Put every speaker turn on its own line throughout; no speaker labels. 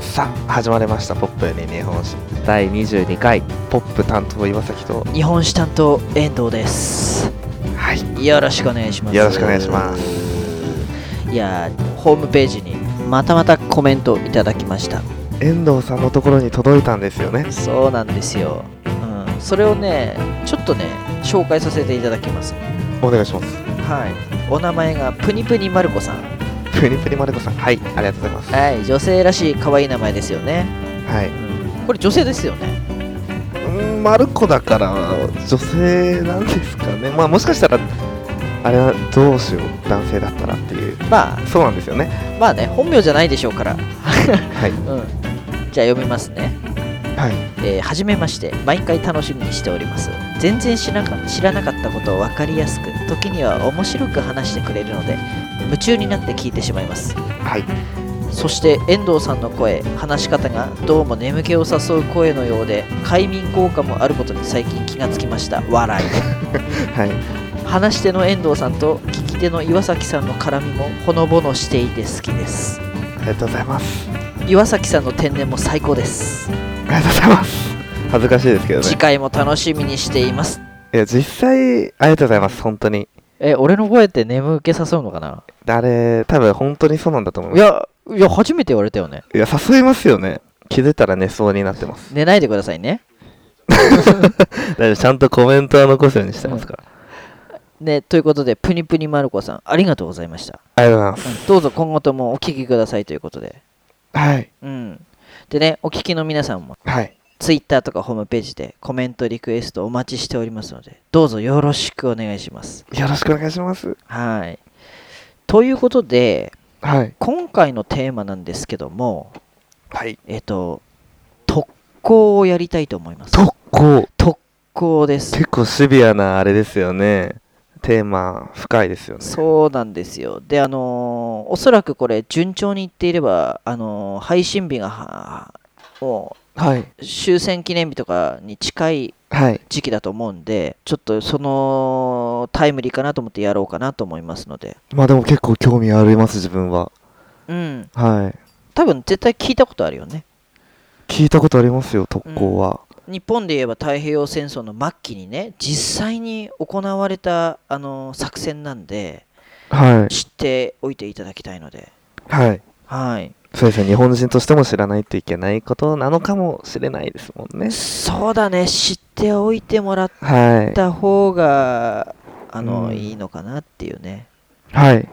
さあ始まりました「ポップに日本史」第22回ポップ担当岩崎と
日本史担当遠藤です
はい
よろしくお願いします
よろしくお願いします
いやーホームページにまたまたコメントいただきました
遠藤さんのところに届いたんですよね
そうなんですよ、うん、それをねちょっとね紹介させていただきます
お願いします
はいお名前がプニプニマルコさん
プニプニマルコさんはいありがとうございます
はい女性らしい可愛い名前ですよね、
は
う
い
ん、これ女性ですよね
うんマルコだから女性なんですかねまあもしかしたらあれはどうしよう男性だったらっていう
まあ
そうなんですよね
まあね本名じゃないでしょうから
はい
うんじゃあ読みますね
はい
えーはじめまして毎回楽しみにしております全然知らなか知らなかったことを分かりやすく時には面白く話してくれるので夢中になって聞いてしまいます
はい
そして遠藤さんの声話し方がどうも眠気を誘う声のようで快眠効果もあることに最近気がつきました笑い
はい
話し手の遠藤さんと聞き手の岩崎さんの絡みもほのぼのしていて好きです
ありがとうございます
岩崎さんの天然も最高です
ありがとうございます恥ずかしいですけどね
次回も楽しみにしています
いや実際ありがとうございます本当に
え俺の声って眠気誘うのかな
あれ、多分本当にそうなんだと思いま
いや、いや、初めて言われたよね。
す。いや、誘いますよね。気づいたら寝そうになってます。
寝ないでくださいね。
大丈夫、ちゃんとコメントは残すようにしてますから。
ね、ということで、プニプニまる子さん、ありがとうございました。
ありがとうございます。
うんどうぞ今後ともお聞きくださいということで。
はい。
うん。でね、お聞きの皆さんも、
はい。
Twitter とかホームページでコメント、リクエストお待ちしておりますので、どうぞよろしくお願いします。
よろしくお願いします。
はい。ということで、
はい。
今回のテーマなんですけども、
はい。
えっと、特攻をやりたいと思います。
特攻。
特攻です。
結構シビアなあれですよね。テーマ、深いですよね。
そうなんですよ。で、あのーおそらくこれ、順調にいっていれば、あのー配信日がは、も
はい。
う、終戦記念日とかに近い
はい。
時期だと思うんで、ちょっとそのタイムリーかなと思ってやろうかなと思いますので、
まあでも結構興味あります、自分は。
うん、
はい。
多分絶対聞いたことあるよね。
聞いたことありますよ、特攻は。
日本で言えば太平洋戦争の末期にね、実際に行われた、あのー作戦なんで、
はい。
知っておいていただきたいので、
はい。
はい。
そうですね、日本人としても知らないといけないことなのかもしれないですもんね。
そうだね、知っておいてもらっ
は
った方があの、
うん
いいのかなっていうね
い。はい。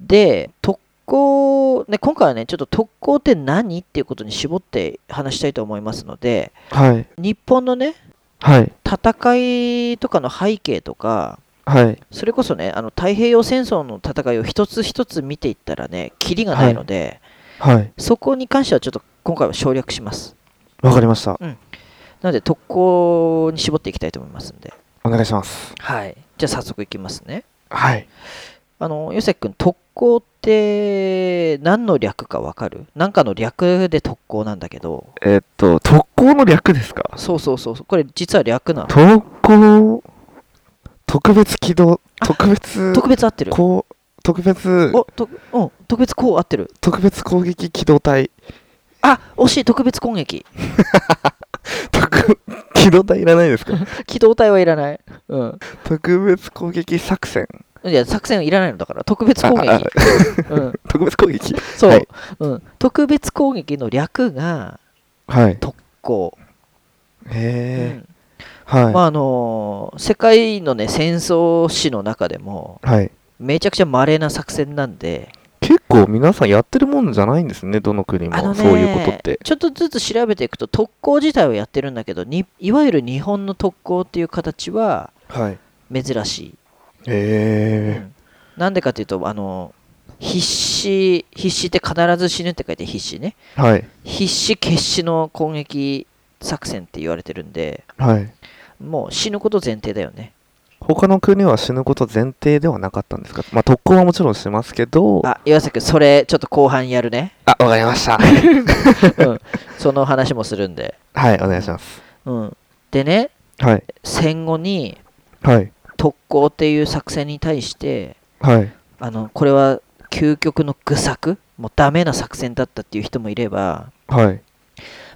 で特攻、ね、今回はねちょっと特攻って何っていうことに絞って話したいと思いますので
はい。
日本のね
はい。
戦いとかの背景とか
はい。
それこそねあの太平洋戦争の戦いを一つ一つ見ていったらねキリがないので、
はい。
そこに関してはちょっと今回は省略します
わかりました。
なので特攻に絞っていきたいと思いますんで、
お願いします。
はい、じゃあ早速いきますね
はい。
あの、ヨセ君、特攻って何の略かわかるなんかの略で特攻なんだけど、
えっと、特攻の略ですか
そうそうそうそう、これ実は略なの。
特攻、特別機動、
あ
特別、
特別合ってる。
こう、特別、
おとうん、特別こう合ってる。
特別攻撃機動隊、
あ惜しい、特別攻撃。
特、 機動隊いらないですか
機動隊はいらない。うん。
特別攻撃作戦。
いや、作戦いらないのだから、特別攻
ああ
撃。うん、
特別攻撃
そう、
はい
うん。特別攻撃の略が
はい。
こう。う
へえ、
んま
は
ああのー世界のね戦争史の中でも
い。はい。
めちゃくちゃ稀な作戦なんで、
結構皆さんやってるもんじゃないんですね、どの国
あの
も。
ね
そういうことって。
ちょっとずつ調べていくと特攻自体はやってるんだけどにいわゆる日本の特攻っていう形は
はい。
珍しい、
へ
う
え、
んなんでかっていうとあの必死必死って必ず死ぬって書いて必死ね
はい。
必死決死の攻撃作戦って言われてるんで
はい。
もう死ぬこと前提だよね
他の国は死ぬこと前提ではなかったんですかまあ特攻はもちろんしますけど
あ岩崎君それちょっと後半や るね、
あわかりました
うん、その話もするんで、
はいお願いします
うん、でね
はい
戦後に
はい
特攻っていう作戦に対して
はい
あのこれは究極の愚策もうダメな作戦だったっていう人もいれば、
はい。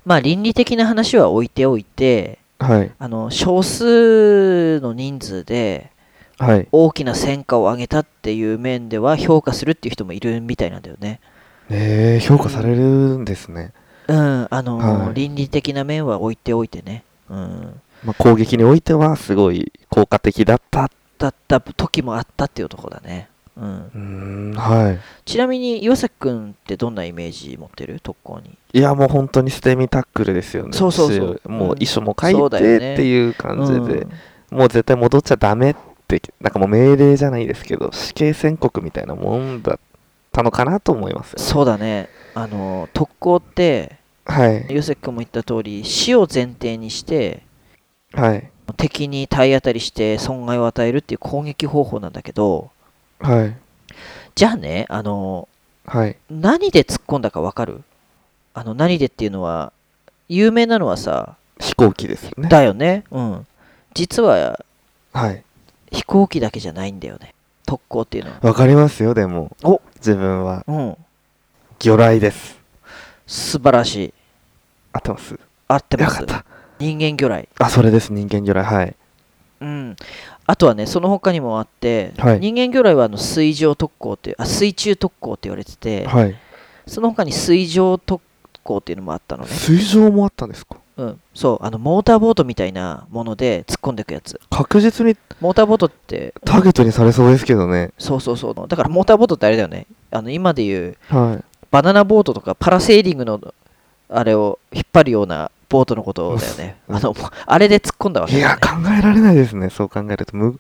まあ倫理的な話は置いておいて、
はい。
あの少数の人数で
はい。
大きな戦果を上げたっていう面では評価するっていう人もいるみたいなんだよね。
えー、評価されるんですね。
うん、あのー
はい
倫理的な面は置いておいてね。うん、
まあ、攻撃においてはすごい効果的だった。
だった時もあったっていうところだね。うん、
うーん、はい。
ちなみに岩崎くんってどんなイメージ持ってる特攻に。
いや、もう本当に捨て身タックルですよね。
そうそうそう
しもう
うん
遺書も書い
そう
て
だ
っ
よね
ていう感じで、
うん
もう絶対戻っちゃダメって、なんかもう命令じゃないですけど、死刑宣告みたいなもんだったのかなと思いますよ。
そうだね。あのー特攻って
はい。
岩崎くんも言った通り死を前提にして
はい。
敵に体当たりして損害を与えるっていう攻撃方法なんだけど
はい。
じゃあねあの
はい。
何で突っ込んだか分かるあの何でっていうのは有名なのはさ
飛行機ですよね。
だよねうん実は
はい。
飛行機だけじゃないんだよね特攻っていうのは
わかりますよ、でも。
お
自分は、
うん
魚雷です。
素晴らしい
合ってます。
合って
よ
ま
か
す
った。
人間魚雷
あ、それです、人間魚雷。はい。
うんあとはねその他にもあって、
はい
人間魚雷はあの水上特攻っていうあ水中特攻って言われてて、
はい。
その他に水上特攻っていうのもあったのね
水上もあったんですか
うん、そうあのモーターボートみたいなもので突っ込んでいくやつ
確実に
モーターボートって
ターゲットにされそうですけどね。
そうそうそうだからモーターボートってあれだよねあの今でいう
は
バナナボートとかパラセーリングのあれを引っ張るようなボートのことだよね
うん
あのもうあれで突っ込んだわ
い。
け
い
だよ
や、
ね
考えられないですね、そう考えると。む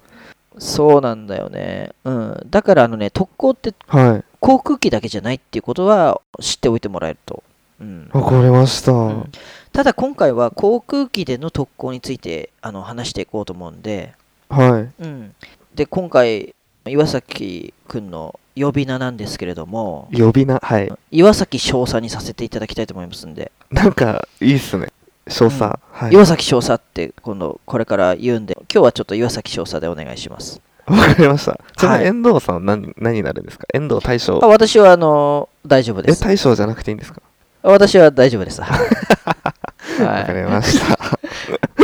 そうなんだよねうんだからあのね特攻って
はい。
航空機だけじゃないっていうことは知っておいてもらえると、うん、
わかりました。
んただ今回は航空機での特攻についてあの話していこうと思うんで
はい。
うん、で今回岩崎くんの呼び名なんですけれども
呼び名、はい。
岩崎少佐にさせていただきたいと思いますんで、
なんか、いいっすね。少佐。
うん
はい。
岩崎少佐って今度これから言うんで今日はちょっと岩崎少佐でお願いします
わかりました。ちなみ
はい
に遠藤さんは何、何になるんですか遠藤大将
あ。私はあの大丈夫で
え、
す
大将じゃなくていいんですか
私は大丈夫ですはい
わかりました。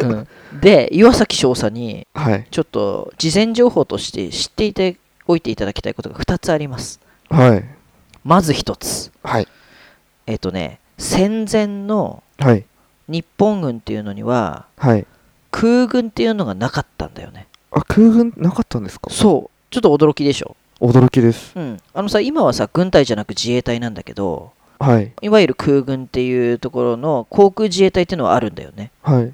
うんで岩崎少佐に
はい。
ちょっと事前情報として知っていておいていただきたいことが2つあります
はい。
まず1つ
はい。
えっ、とね戦前の
はい。
日本軍っていうのには
はい。
空軍っていうのがなかったんだよね
あ、空軍なかったんですか
そうちょっと驚きでしょ
驚きです。
うんあのさ今はさ軍隊じゃなく自衛隊なんだけど
はい。
いわゆる空軍っていうところの航空自衛隊っていうのはあるんだよね
はい。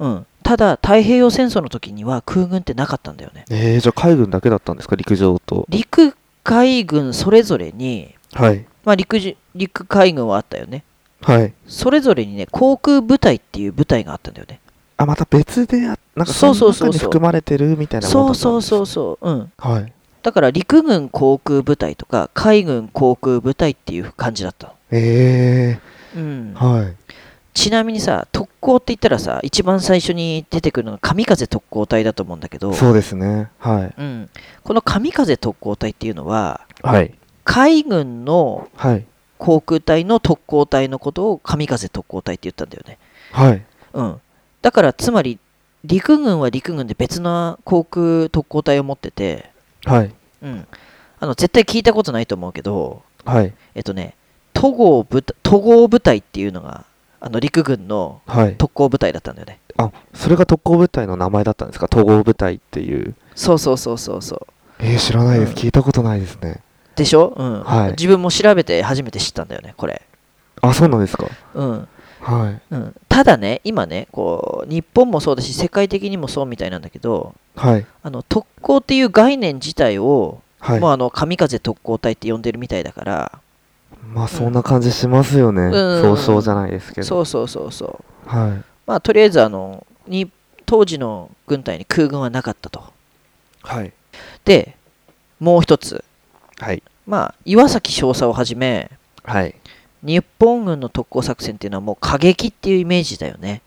うんただ太平洋戦争の時には空軍ってなかったんだよね
えー、じゃあ海軍だけだったんですか陸上と。
陸海軍それぞれに
はい。
まあ陸じ陸海軍はあったよね
はい。
それぞれにね航空部隊っていう部隊があったんだよね
あ、また別であ、なんか
そう
そ
そ
の
う
中に
そうそう
含まれてるみたいなもの
そ
だ
う
ったん
そ
で
う
す
そうそううん
う。はい。
だから陸軍航空部隊とか海軍航空部隊っていう感じだったの
え
うん
ー、はい。
ちなみにさ特攻って言ったらさ一番最初に出てくるのが神風特攻隊だと思うんだけど
そうですね。はい。
うん、この神風特攻隊っていうのは
はい。
海軍の
はい。
航空隊の特攻隊のことを神風特攻隊って言ったんだよね、
はい。
うん、だからつまり陸軍は陸軍で別の航空特攻隊を持ってて、
はい。
うん、あの絶対聞いたことないと思うけど
はい。
えっとね都合部隊都合部隊っていうのがあの陸軍の
はい。
特攻部隊だったんだよね
あ、それが特攻部隊の名前だったんですか統合部隊っていう。
そうそうそうそうそう
えー、知らないです。
うん
聞いたことないですね。
でしょ、うん
はい
自分も調べて初めて知ったんだよねこれ、
あ、そうなんですか。
うん
はい。
うん、ただね今ねこう日本もそうだし世界的にもそうみたいなんだけど
はい。
あの特攻っていう概念自体を、
はい。
もう
まあ、
あの神風特攻隊って呼んでるみたいだから
そんな感じしますよね。
ん
総称じゃないですけど。
そうそうそうそう
はい。
まあとりあえずあのに当時の軍隊に空軍はなかったと
はい。
でもう一つ
はい。
まあ岩崎少佐をはじめ
はい。
日本軍の特攻作戦っていうのはもう過激っていうイメージだよね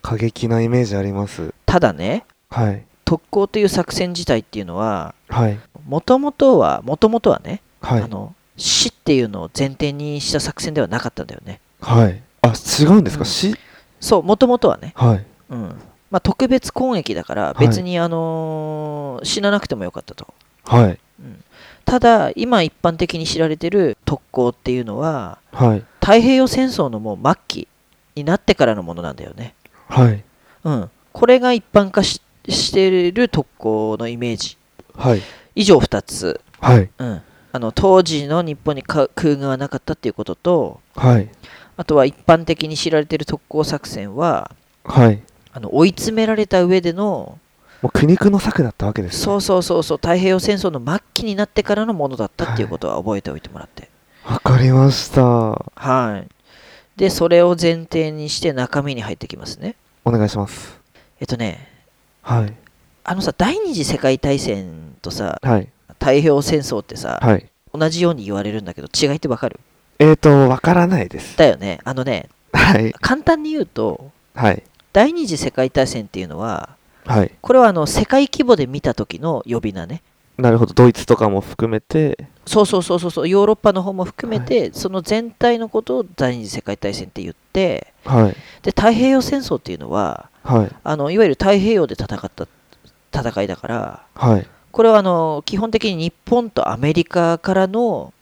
過激なイメージあります。
ただね
はい。
特攻という作戦自体っていうのは
はい。
もともとはもともとはね、
はい
あ。の死っていうのを前提にした作戦ではなかったんだよね
はい。あ、違うんですか、
うん
し、
そうもともとはね、
はい。
うんまあ、特別攻撃だから
はい
別に、あのー死ななくてもよかったと、
はい。
うん、ただ今一般的に知られてる特攻っていうのは
はい。
太平洋戦争のもう末期になってからのものなんだよね、
はい。
うん、これが一般化ししている特攻のイメージ
はい。
以上2つ、
はい。
うん、あの当時の日本にか空軍はなかったっていうことと
はい。
あとは一般的に知られている特攻作戦は
はい。
あの追い詰められた上での
もう苦肉の策だったわけです、ね。
そうそうそうそう太平洋戦争の末期になってからのものだったっていうことは覚えておいてもらって
わかりました。お
はい、でそれを前提にして中身に入ってきますね
願いします。
えっとね
はい。
あのさ第二次世界大戦とさ
はい。
太平洋戦争ってさ、
はい。
同じように言われるんだけど違いってわかる
えーと、わからないです。
だよねあのね
はい。
簡単に言うと
はい。
第二次世界大戦っていうのは
はい。
これはあの世界規模で見た時の呼び名ね
なるほど。ドイツとかも含めて。
そうそうそうそうそうヨーロッパの方も含めて、その全体のことを第二次世界大戦って言って
はい。
で太平洋戦争っていうのは
はい。
あのいわゆる太平洋で戦った戦いだから
はい。
これはあの基本的に日本とアメリカからの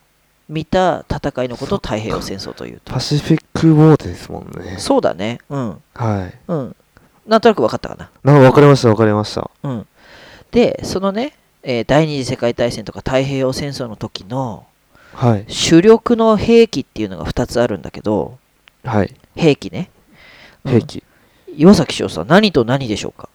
見た戦いのことを太平洋戦争というと
パシフィックウォーテですもんね。
そうだねうん
はい。
うんなんとなく分かったかな
なわかりました、わかりました。
うん、でそのね、えー第二次世界大戦とか太平洋戦争の時の
はい。
主力の兵器っていうのが2つあるんだけど
はい。
兵器ね、うん
兵器。
岩崎翔さん何と何でしょうか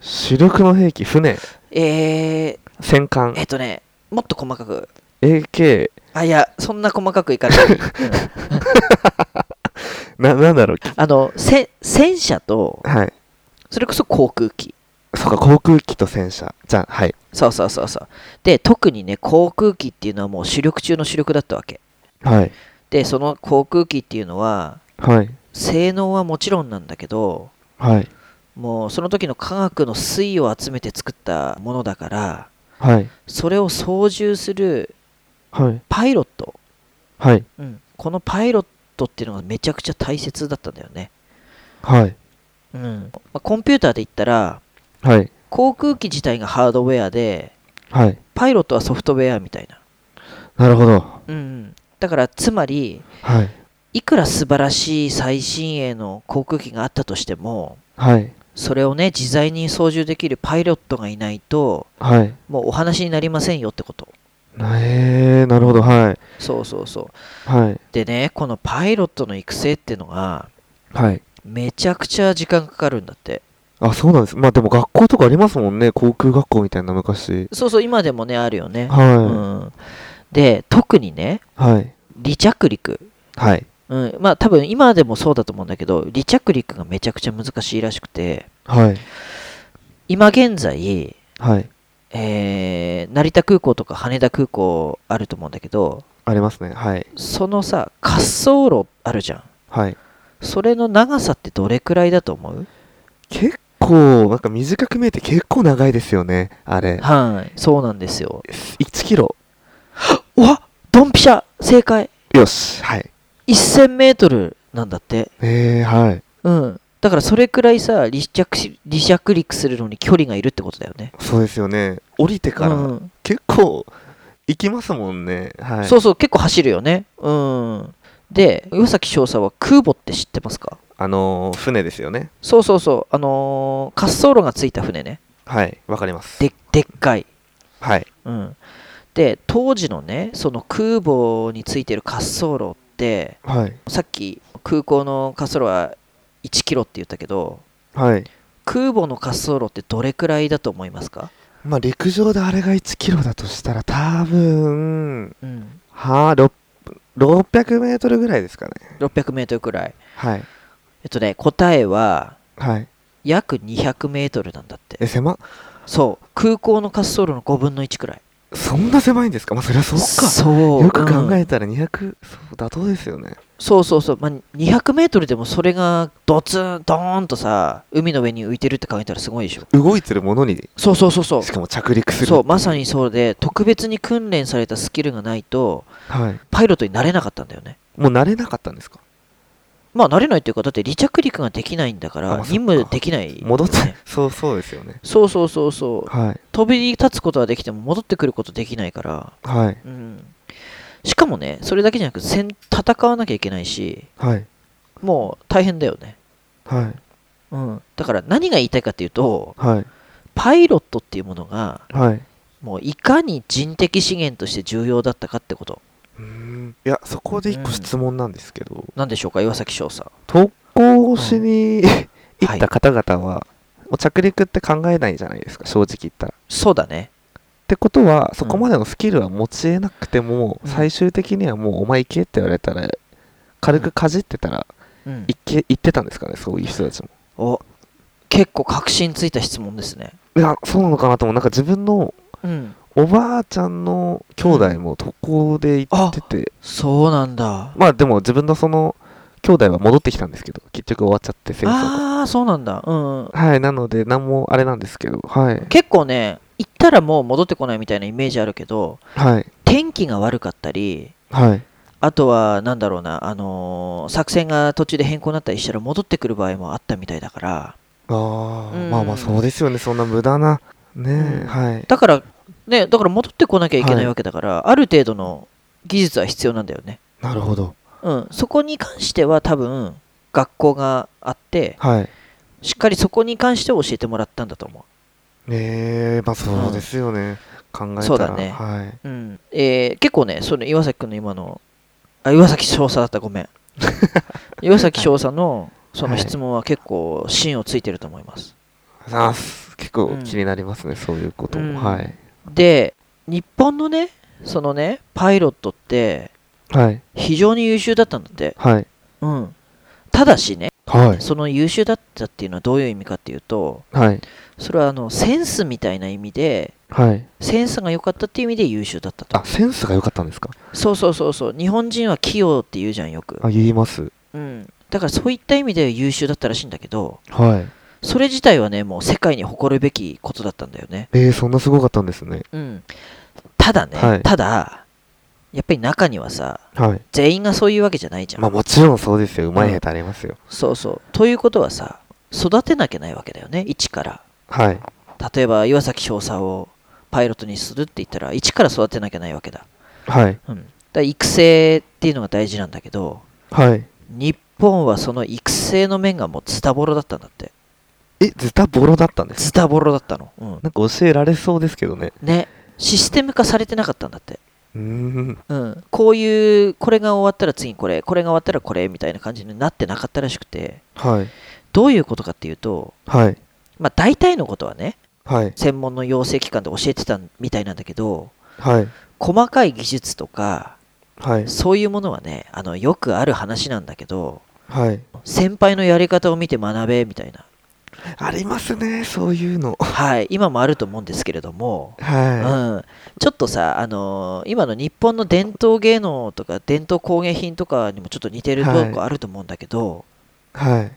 主力の兵器、船、
えー、
戦艦
え、っ、とねもっと細かく
AK、
あいやそんな細かくいかない、うん
な、なんだろう。
あのせ戦車と
はい。
それこそ航空機
そうか、航空機と戦車。じゃあ、はい。
そうそうそうそうで特にね航空機っていうのはもう主力中の主力だったわけ
はい。
でその航空機っていうのは
はい。
性能はもちろんなんだけど
はい。
もうその時の科学の粋を集めて作ったものだから
はい。
それを操縦する
はい。
パイロット、
はい。
うん、このパイロットっていうのがめちゃくちゃ大切だったんだよね、
はい。
うんまあコンピューターで言ったら
はい。
航空機自体がハードウェアで
はい。
パイロットはソフトウェアみたいな、
なるほど。
うんうん、だからつまり
はい。
いくら素晴らしい最新鋭の航空機があったとしても
はい。
それをね自在に操縦できるパイロットがいないと
はい。
もうお話になりませんよってこと
なえー、なるほど。はい。
そうそうそう
はい。
でねこのパイロットの育成っていうのが
はい。
めちゃくちゃ時間かかるんだって
あ、そうなんです。まあでも学校とかありますもんね。航空学校みたいな昔。
そうそう今でもねあるよね、う
は
ん、で特にね
い。はい。
離着陸、
はい。
うん、まあ多分今でもそうだと思うんだけど離着陸がめちゃくちゃ難しいらしくて
はい。
今現在、
はい。
えー成田空港とか羽田空港あると思うんだけど
ありますね。はい。
そのさ滑走路あるじゃん
はい。
それの長さってどれくらいだと思う
結構、なんか短く見えて結構長いですよね。あれ。
はいそうなんですよ
1キロ。
うわドンピシャ正解
よし。はい。
1000メートルなんだって
えー、はい。
うんだからそれくらいさ離着し離着陸するのに距離がいるってことだよね
そうですよね。降りてから、
うん
結構、行きますもんね。はい。
そうそう結構走るよねうんで岩崎翔さんは空母って知ってますか
あのー、船ですよね。
そうそうそうあのー滑走路がついた船ね
はい。わかります。
ででっかい
はい。
うんで当時のねその空母についてる滑走路って
はい。
さっき空港の滑走路は1キロって言ったけど
はい。
空母の滑走路ってどれくらいだと思いますか、
まあ、陸上であれが1キロだとしたら、多分、
うん、
はあ、ろ600メートルぐらいですかね。
600メートルくらい
はい。
えっとね答えは
はい。
約200メートルなんだって
え、狭っ
そう空港の滑走路の5分の1くらい
そんな狭いんですかまあ、そりゃそうか。
そう
よく考
うん
えたら200、そう妥当ですよね。
そうそうそう、まあ、200メートルでもそれがドツンドーンとさ海の上に浮いてるって考えたらすごいでしょ
動いてるものに
そうそうそうそう
しかも着陸する
そうまさにそうで特別に訓練されたスキルがないと
はい
パイロットになれなかったんだよね
もう慣れなかったんですか
まあなれないというかだって離着陸ができないんだか
あ
ら
まあ
任
そっ
務
か
できない、
戻って
ね
そうそうですよね
そうそうそうそう
はい
飛び立つことはできても戻ってくることできないから
はい
うんしかもねそれだけじゃなく戦戦わなきゃいけないし
はい
もう大変だよね
はい
うんだから何が言いたいかっていうと
はい
パイロットっていうものが
はい
もういかに人的資源として重要だったかってこと
うーんいやそこで一個質問なんですけど、
なんでしょうか岩崎翔さん
特攻しに行
は
っ
い
た方々は、もう着陸って考えないじゃないですか正直言ったら。
そうだね
ってことはそこまでのスキルは持ちえなくても、
うん
最終的にはもうお前行けって言われたら軽くかじってたら
うん
行け行ってたんですかねそういう人たちも。
お結構確信ついた質問ですね
いやそうなのかなと思うなんか自分の
うん
おばあちゃんの兄弟も特攻で行ってて
そうなんだ
まあでも自分のその兄弟は戻ってきたんですけど結局終わっちゃって戦争が
ああーそうなんだうんうん
はいなので何もあれなんですけどはい
結構ね行ったらもう戻ってこないみたいなイメージあるけど
はい
天気が悪かったり
はい
あとはなんだろうなあのー作戦が途中で変更になったりしたら戻ってくる場合もあったみたいだから
ああ、
うん
まあまあそうですよねそんな無駄なねえ、
うん
はい
だからねだから戻ってこなきゃいけな
はいい
わけだから、ある程度の技術は必要なんだよね
なるほど
うんそこに関しては多分学校があって
はい
しっかりそこに関して教えてもらったんだと思
ええまあそうですよね、考えたら
そうだね
はい、
う、うんえー結構ねその岩崎君の今のあ岩崎少佐だったご めん岩崎少佐のその質問は結構芯をついてると思います、
あー結構
うん
気になりますね、そういうこと
うん
も、はい
で日本のねそのねパイロットって
はい
非常に優秀だったんだって
はい
うんただしね
はい
その優秀だったっていうのはどういう意味かっていうと
はい
それはあのセンスみたいな意味で
はい
センスが良かったっていう意味で優秀だったと
あセンスが良かったんですか
そうそうそうそう日本人は器用って言うじゃんよく
あ言います
うんだからそういった意味で優秀だったらしいんだけど
はい
それ自体はねもう世界に誇るべきことだったんだよね
えー、そんなすごかったんですね
うんただね、
はい
ただやっぱり中にはさ
はい
全員がそういうわけじゃないじゃん、
まあもちろんそうですようまい下手ありますよ、
そうそうということはさ育てなきゃないわけだよね一から
はい
例えば岩崎少佐をパイロットにするって言ったら一から育てなきゃないわけだ,、
はい
うん、だから育成っていうのが大事なんだけど
はい
日本はその育成の面がもうズタボロだったんだって
えズタボロだったんです
ズタボロだったの、うん、
なんか教えられそうですけどね
ねシステム化されてなかったんだって、
うーん
うん、こういうこれが終わったら次これこれが終わったらこれみたいな感じになってなかったらしくて
はい
どういうことかっていうと
はい
まあ大体のことはね
はい
専門の養成機関で教えてたみたいなんだけど
はい
細かい技術とか
はい
そういうものはね、あのよくある話なんだけど、
はい
先輩のやり方を見て学べみたいな、
ありますねそういうの
はい、今もあると思うんですけれども、う
は
ん、ちょっとさ、あのー今の日本の伝統芸能とか伝統工芸品とかにもちょっと似てると
はい
こあると思うんだけど、
いはい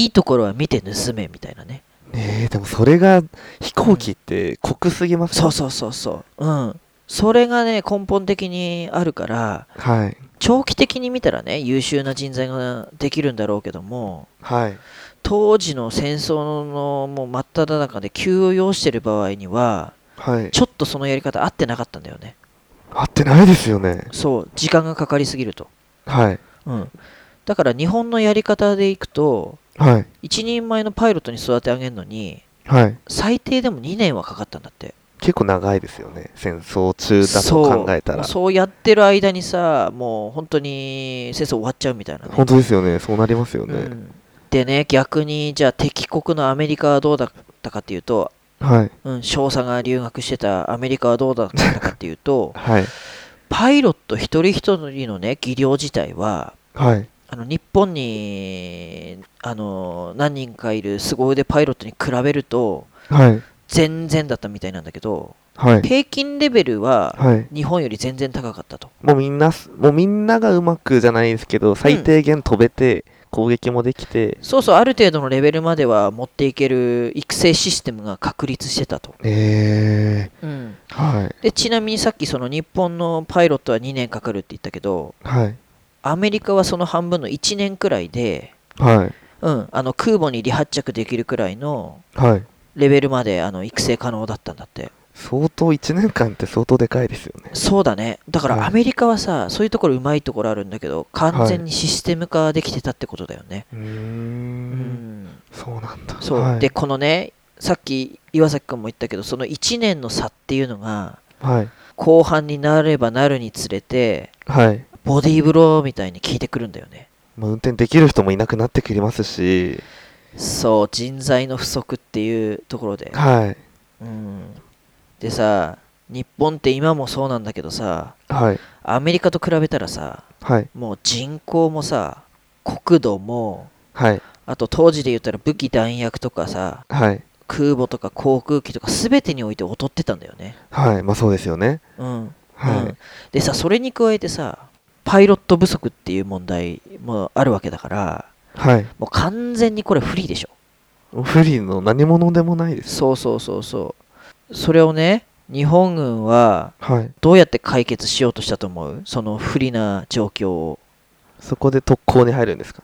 い、いところは見て盗めみたいなね、
えー、でもそれが飛行機って酷すぎます
そうそうそうそう、うん、それがね、根本的にあるから、
はい
長期的に見たらね、優秀な人材ができるんだろうけども、
はい
当時の戦争のもう真っ只中で急を要してる場合には
はい
ちょっとそのやり方合ってなかったんだよね
合ってないですよね
そう時間がかかりすぎると、
はい
うん、だから日本のやり方でいくと
はい
一人前のパイロットに育て上げるのに
はい
最低でも2年はかかったんだって
結構長いですよね戦争中だと考えたら
そうそうやってる間にさもう本当に戦争終わっちゃうみたいなね
本当ですよねそうなりますよね、
うんでね逆にじゃあ敵国のアメリカはどうだったかっていうと
はい
うん、少佐が留学してたアメリカはどうだったかっていう と
はい
パイロット一人一人のね技量自体は
はい
あの日本にあの何人かいる凄腕パイロットに比べると
はい
全然だったみたいなんだけど
はい。
平均レベルは
はい。
日本より全然高かったと。
もうみんなす、もうみんながうまくじゃないですけど、最低限飛べて、攻撃もできて、
そうそう、ある程度のレベルまでは持っていける育成システムが確立してたと。
え
うん、
ー、はい、
でちなみにさっきその日本のパイロットは2年かかるって言ったけど、
はい、
アメリカはその半分の1年くらいで、
はい、
うん、あの空母に離発着できるくらいの
はい。
レベルまであの育成可能だったんだって。
相当、1年間って相当でかいですよね。
そうだね。だから
はい
アメリカはさ、そういうところうまいところあるんだけど、完全にシステム化できてたってことだよね。
うー、
うんん。
そうなんだ。
そう、
はい、
で、このね、さっき岩崎君も言ったけど、その1年の差っていうのが、
はい、
後半になればなるにつれて、
はい。
ボディーブローみたいに効いてくるんだよね。
まあ、運転できる人もいなくなってきますし、
そう、人材の不足っていうところで。
はい、
うん、でさ、日本って今もそうなんだけどさ、
はい、
アメリカと比べたらさ、
はい、
もう人口もさ、国土も、
はい、
あと当時で言ったら武器弾薬とかさ、
はい、
空母とか航空機とか全てにおいて劣ってたんだよね。
はい。まあそうですよね。
うん。
はい、
うんでさ、それに加えてさ、パイロット不足っていう問題もあるわけだから、
はい。
もう完全にこれ不利でしょ。
フリーの何者でもないです。
そうそうそうそう。それをね、日本軍は
はい。
どうやって解決しようとしたと思うその不利な状況を。
そこで特攻に入るんですか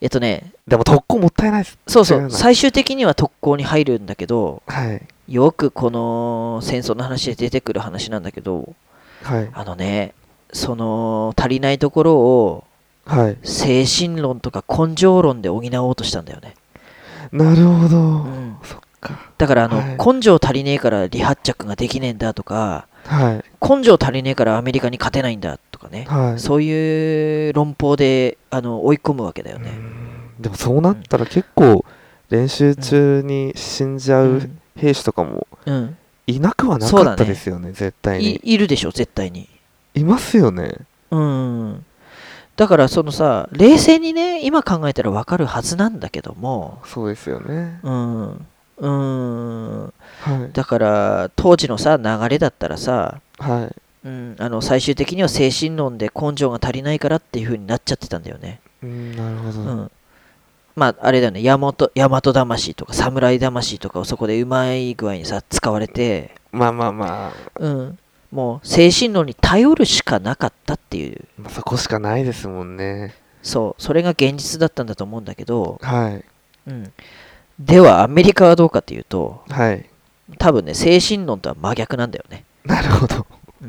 えっとね、
でも特攻もったいないです。
そうそ
違う
う、
な
最終的には特攻に入るんだけど、
はい、
よくこの戦争の話で出てくる話なんだけど、
はい、
あのね、その足りないところを
はい。
精神論とか根性論で補おうとしたんだよね。
なるほど。
うん、
そっか。
だからあの、
はい
根性足りねえから離発着ができねえんだとか、
はい、
根性足りねえからアメリカに勝てないんだとかね、
はい。
そういう論法であの追い込むわけだよ
う
ね。
んでもそうなったら結構練習中に死んじゃ
う
うん兵士とかも
うん
いなくはな
そ
か
うだ
った
ね
ですよね、絶対
い
に。
いるでしょ、絶対に。
いますよね。
うん。だからそのさ、冷静にね、今考えたらわかるはずなんだけども、
そうですよね。
うん。うん。
はい。
だから、当時のさ、流れだったらさ、
はい。
うん、あの最終的には精神論で根性が足りないからっていう風になっちゃってたんだよね。
うん、なるほど。
うん。まあ、あれだよね、大和大和魂とか侍魂とかをそこでうまい具合にさ、使われて、
まあまあまあ、
うん。もう精神論に頼るしかなかったっていう、
まあそこしかないですもんね。
そう、それが現実だったんだと思うんだけど、
はい。
うん、ではアメリカはどうかというと
はい。
多分ね精神論とは真逆なんだよね、
なるほど。
う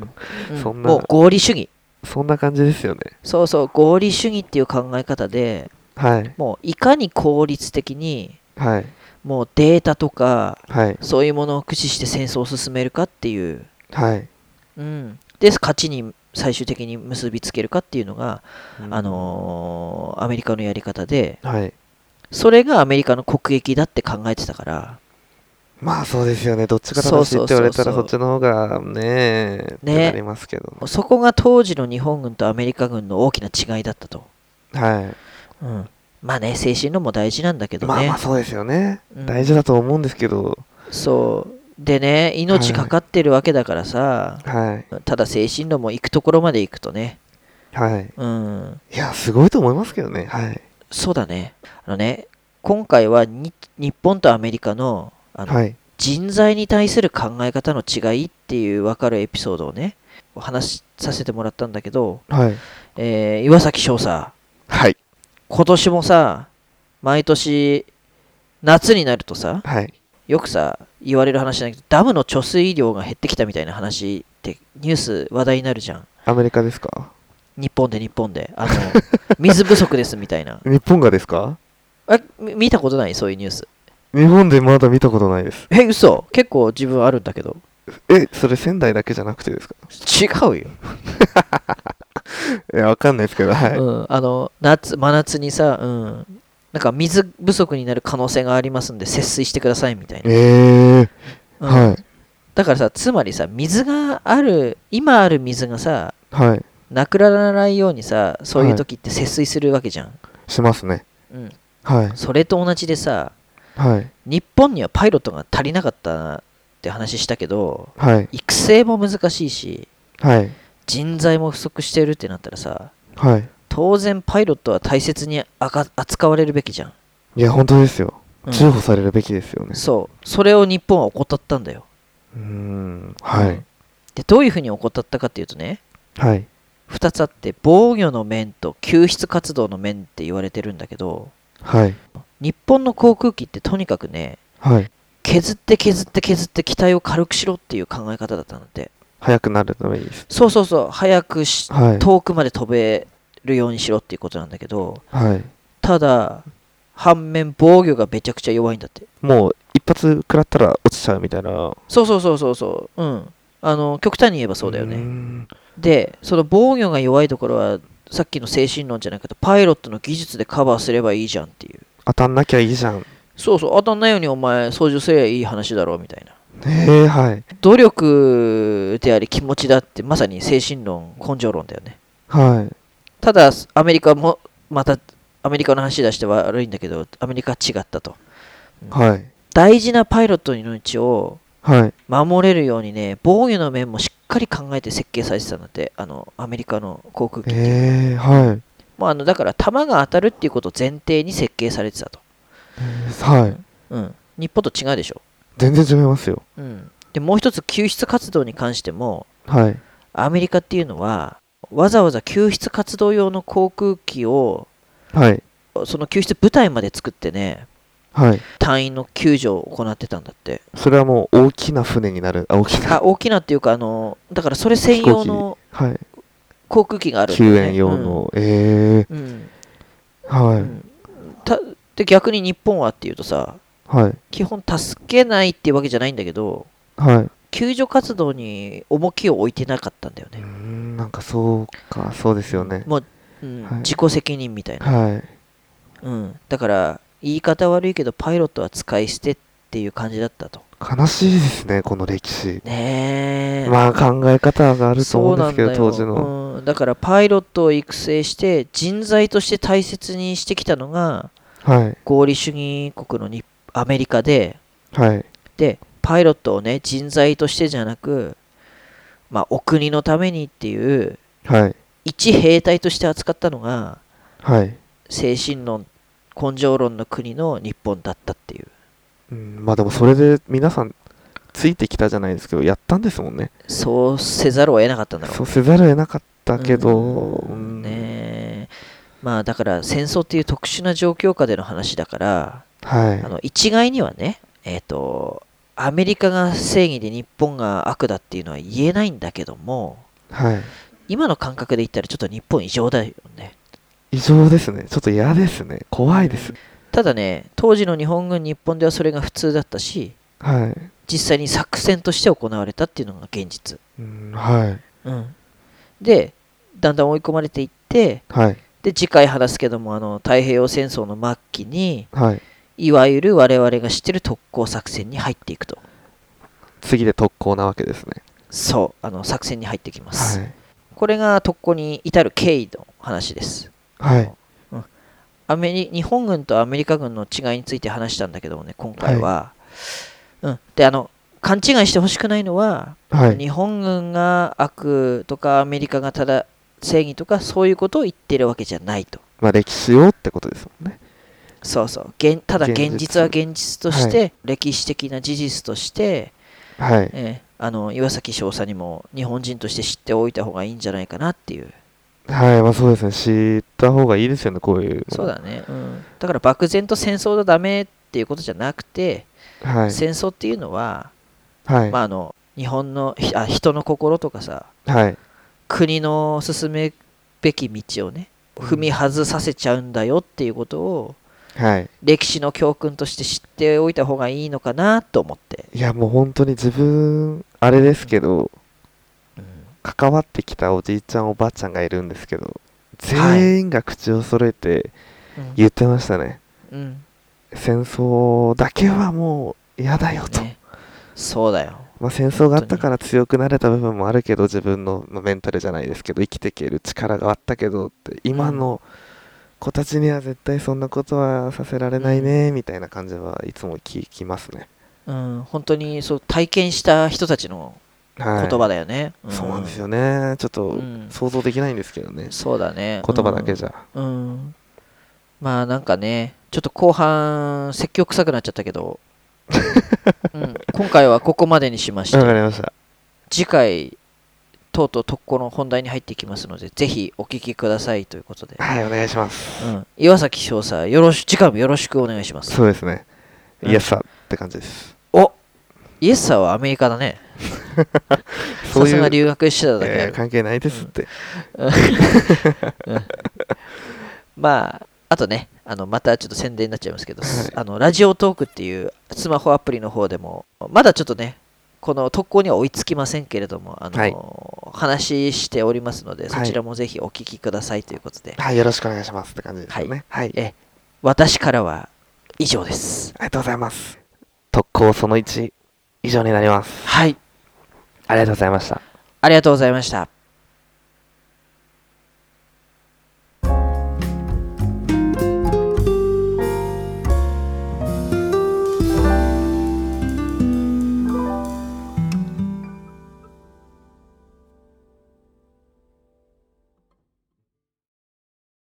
ん
そんな
もう合理主義
そんな感じですよね。
そうそう合理主義っていう考え方で
はい。
もういかに効率的に
はい。
もうデータとか
はい。
そういうものを駆使して戦争を進めるかっていう、
はい。
うん、で勝ちに最終的に結びつけるかっていうのが、
うん
あ、のーアメリカのやり方で
はい。
それがアメリカの国益だって考えてたから
まあそうですよね。どっちが
そう
正しい
そ
っ
う
て言われた
そ
ら
うそ
そうっちの方がねえ、って
ね
なりますけど。
そこが当時の日本軍とアメリカ軍の大きな違いだったと。
はい。
うん、まあね精神論も大事なんだけどね、
まあまあそうですよね。
うん
大事だと思うんですけど、
そうでね命かかってるわけだからさ、
はい。
ただ精神論も行くところまで行くとね
はい。
うん
いや、すごいと思いますけどね。はい。
そうだねあのね今回はに日本とアメリカのあの、
はい。
人材に対する考え方の違いっていう分かるエピソードをねお話しさせてもらったんだけど、
はい。
えー岩崎翔さ
はい。
今年もさ毎年夏になるとさ
はい。
よくさ言われる話だけどダムの貯水量が減ってきたみたいな話ってニュース話題になるじゃん
アメリカですか
日本で日本であの水不足ですみたいな
日本がですか
あみ見たことないそういうニュース
日本でまだ見たことないです。
え嘘結構自分あるんだけど
え、それ仙台だけじゃなくてですか
違うよ、
いや、わかんないですけど、はい。
うん、あの夏真夏にさ、うん、なんか水不足になる可能性がありますんで節水してくださいみたいな、
ええ
うん
はい。
だからさつまりさ水がある今ある水がさ
はい。
なくならないようにさそういう
はい
時って節水するわけじゃん、
しますね。
うん、
はい。
それと同じでさ
はい。
日本にはパイロットが足りなかったっって話したけど
はい
育成も難しいし
はい
人材も不足してるってなったらさ
はい
当然パイロットは大切にあか扱われるべきじゃん、
いや本当ですよ
うん
重宝されるべきですよね
そうそれを日本は怠ったんだよ
うーんは
う
い
んでどういうふうに怠ったかっていうとね
はい
2つあって防御の面と救出活動の面って言われてるんだけど
はい
日本の航空機ってとにかくね
はい
削って削って削って機体を軽くしろっていう考え方だったんだって
早くなるのがいいです
そうそうそう早くし
はい
遠くまで飛べるようにしろっていうことなんだけど
はい
ただ反面防御がめちゃくちゃ弱いんだって
もう一発食らったら落ちちゃうみたいな
そうそうそうそうそううんあの極端に言えばそうだよ
ー
ね
ん
でその防御が弱いところはさっきの精神論じゃなくてパイロットの技術でカバーすればいいじゃんっていう
当たんなきゃいいじゃん
そうそう当たんないようにお前操縦すればいい話だろうみたいな
へえはい
努力であり気持ちだってまさに精神論根性論だよね
はい
ただアメリカもまたアメリカの話出して悪いんだけどアメリカは違ったと
はい
大事なパイロットの命を
はい
守れるようにね防御の面もしっかり考えて設計されてたんだってあのアメリカの航空機って、
ええはい
まあ、あのだから弾が当たるっていうことを前提に設計されてたと、
はい
うん、日本と違うでしょ、
全然違いますよ
うん、でもう一つ救出活動に関しても
はい
アメリカっていうのはわざわざ救出活動用の航空機を
はい
その救出部隊まで作ってね
はい
隊員の救助を行ってたんだって
それはもう大きな船になるあ大きな
あ大きなっていうかあのだからそれ専用の
はい
航空機があるんだよ
救
ね
援用の、ええ
うん、うん
は
う
い
んたで逆に日本はっていうとさ
はい
基本助けないっていうわけじゃないんだけど
はい
救助活動に重きを置いてなかったんだよ
うー
ね、
んなんかそうかそうですよね
もう、うん
はい
自己責任みたいな
はい
うん、だから言い方悪いけどパイロットは使い捨てっていう感じだったと
悲しいですねこの歴史
ねえ
まあ考え方があると思うんですけど
そ
当
うなんだ
時
よ
の
うん、だからパイロットを育成して人材として大切にしてきたのが
はい
合理主義国のにアメリカで
はい
でパイロットをね人材としてじゃなく、まあ、お国のためにっていう
はい
一兵隊として扱ったのが
はい
精神論根性論の国の日本だったっていう
うんまあでもそれで皆さんついてきたじゃないですけどやったんですもんね
そうせざるを得なかったんだろうね
そうせざるを得なかったけど
う
うんん
ねえまあだから戦争っていう特殊な状況下での話だから、
はい
あの一概にはねえっ、とアメリカが正義で日本が悪だっていうのは言えないんだけども
はい
今の感覚で言ったらちょっと日本異常だよね
異常ですねちょっと嫌ですね怖いです
ただね当時の日本軍日本ではそれが普通だったし
はい
実際に作戦として行われたっていうのが現実、
うんはい
うん、でだんだん追い込まれていって
はい
で次回話すけどもあの太平洋戦争の末期に
はい
いわゆる我々が知ってる特攻作戦に入っていくと
次で特攻なわけですね
そうあの作戦に入ってきます、
はい
これが特攻に至る経緯の話です
はい
アメリ日本軍とアメリカ軍の違いについて話したんだけどもね今回は、うんであの勘違いしてほしくないのは、
はい
日本軍が悪とかアメリカがただ正義とかそういうことを言ってるわけじゃないと
まあ歴史をってことですもんね
そうそう現ただ
現実
現実は現実として、歴史的な事実として
はい
ええ、あの岩崎翔さんにも日本人として知っておいた方がいいんじゃないかなっていう
はいまあそうですね知った方がいいですよねこういうの
そうだね、うん、だから漠然と戦争だダメっていうことじゃなくて、
はい
戦争っていうのは、
はい
まあ、あの日本のひあ人の心とかさ
はい
国の進めべき道をね踏み外させちゃうんだよっていうことを
はい
歴史の教訓として知っておいた方がいいのかなと思って、
いやもう本当に自分あれですけど関わってきたおじいちゃんおばあちゃんがいるんですけど全員が口を揃えて
うん
言ってましたね
うん
戦争だけはもう嫌だよと、
ね、そうだよ
まあ、戦争があったから強くなれた部分もあるけど自分の、まあメンタルじゃないですけど生きていける力があったけどって今の子たちには絶対そんなことはさせられないねみたいな感じはいつも聞きますね
うん、本当にそう体験した人たちの
はい、
言葉だよね、
そうなんです
よ、
よねちょっと
うん
想像できないんですけどね、
そうだね
言葉だけじゃ、
うん、うんまあなんかねちょっと後半説教臭くなっちゃった けど、うん、今回はここまでにしまし
わか
て
りました
次回とうとう特攻の本題に入っていきますのでぜひお聞きくださいというこ とで、
はいお願いします
うん、岩崎少佐よろし次回もよろしくお願いします
そうですね
うん
イエスさんって感じです
おイエスさんはアメリカだね
そ
さ
うい
す
う
が留学してただけある
えー関係ないですって、
まあ、あとね、あのまたちょっと宣伝になっちゃいますけど、
はい
あのラジオトークっていうスマホアプリの方でも、まだちょっとね、この特攻には追いつきませんけれども、あの
はい
話しておりますので、
い
そちらもぜひお聞きくださいということで、
はいよろしくお願いしますって感じですよねはい、
え私からは以上です。
ありがとうございます特攻その1以上になります
はい、
ありがとうございました
ありがとうございました。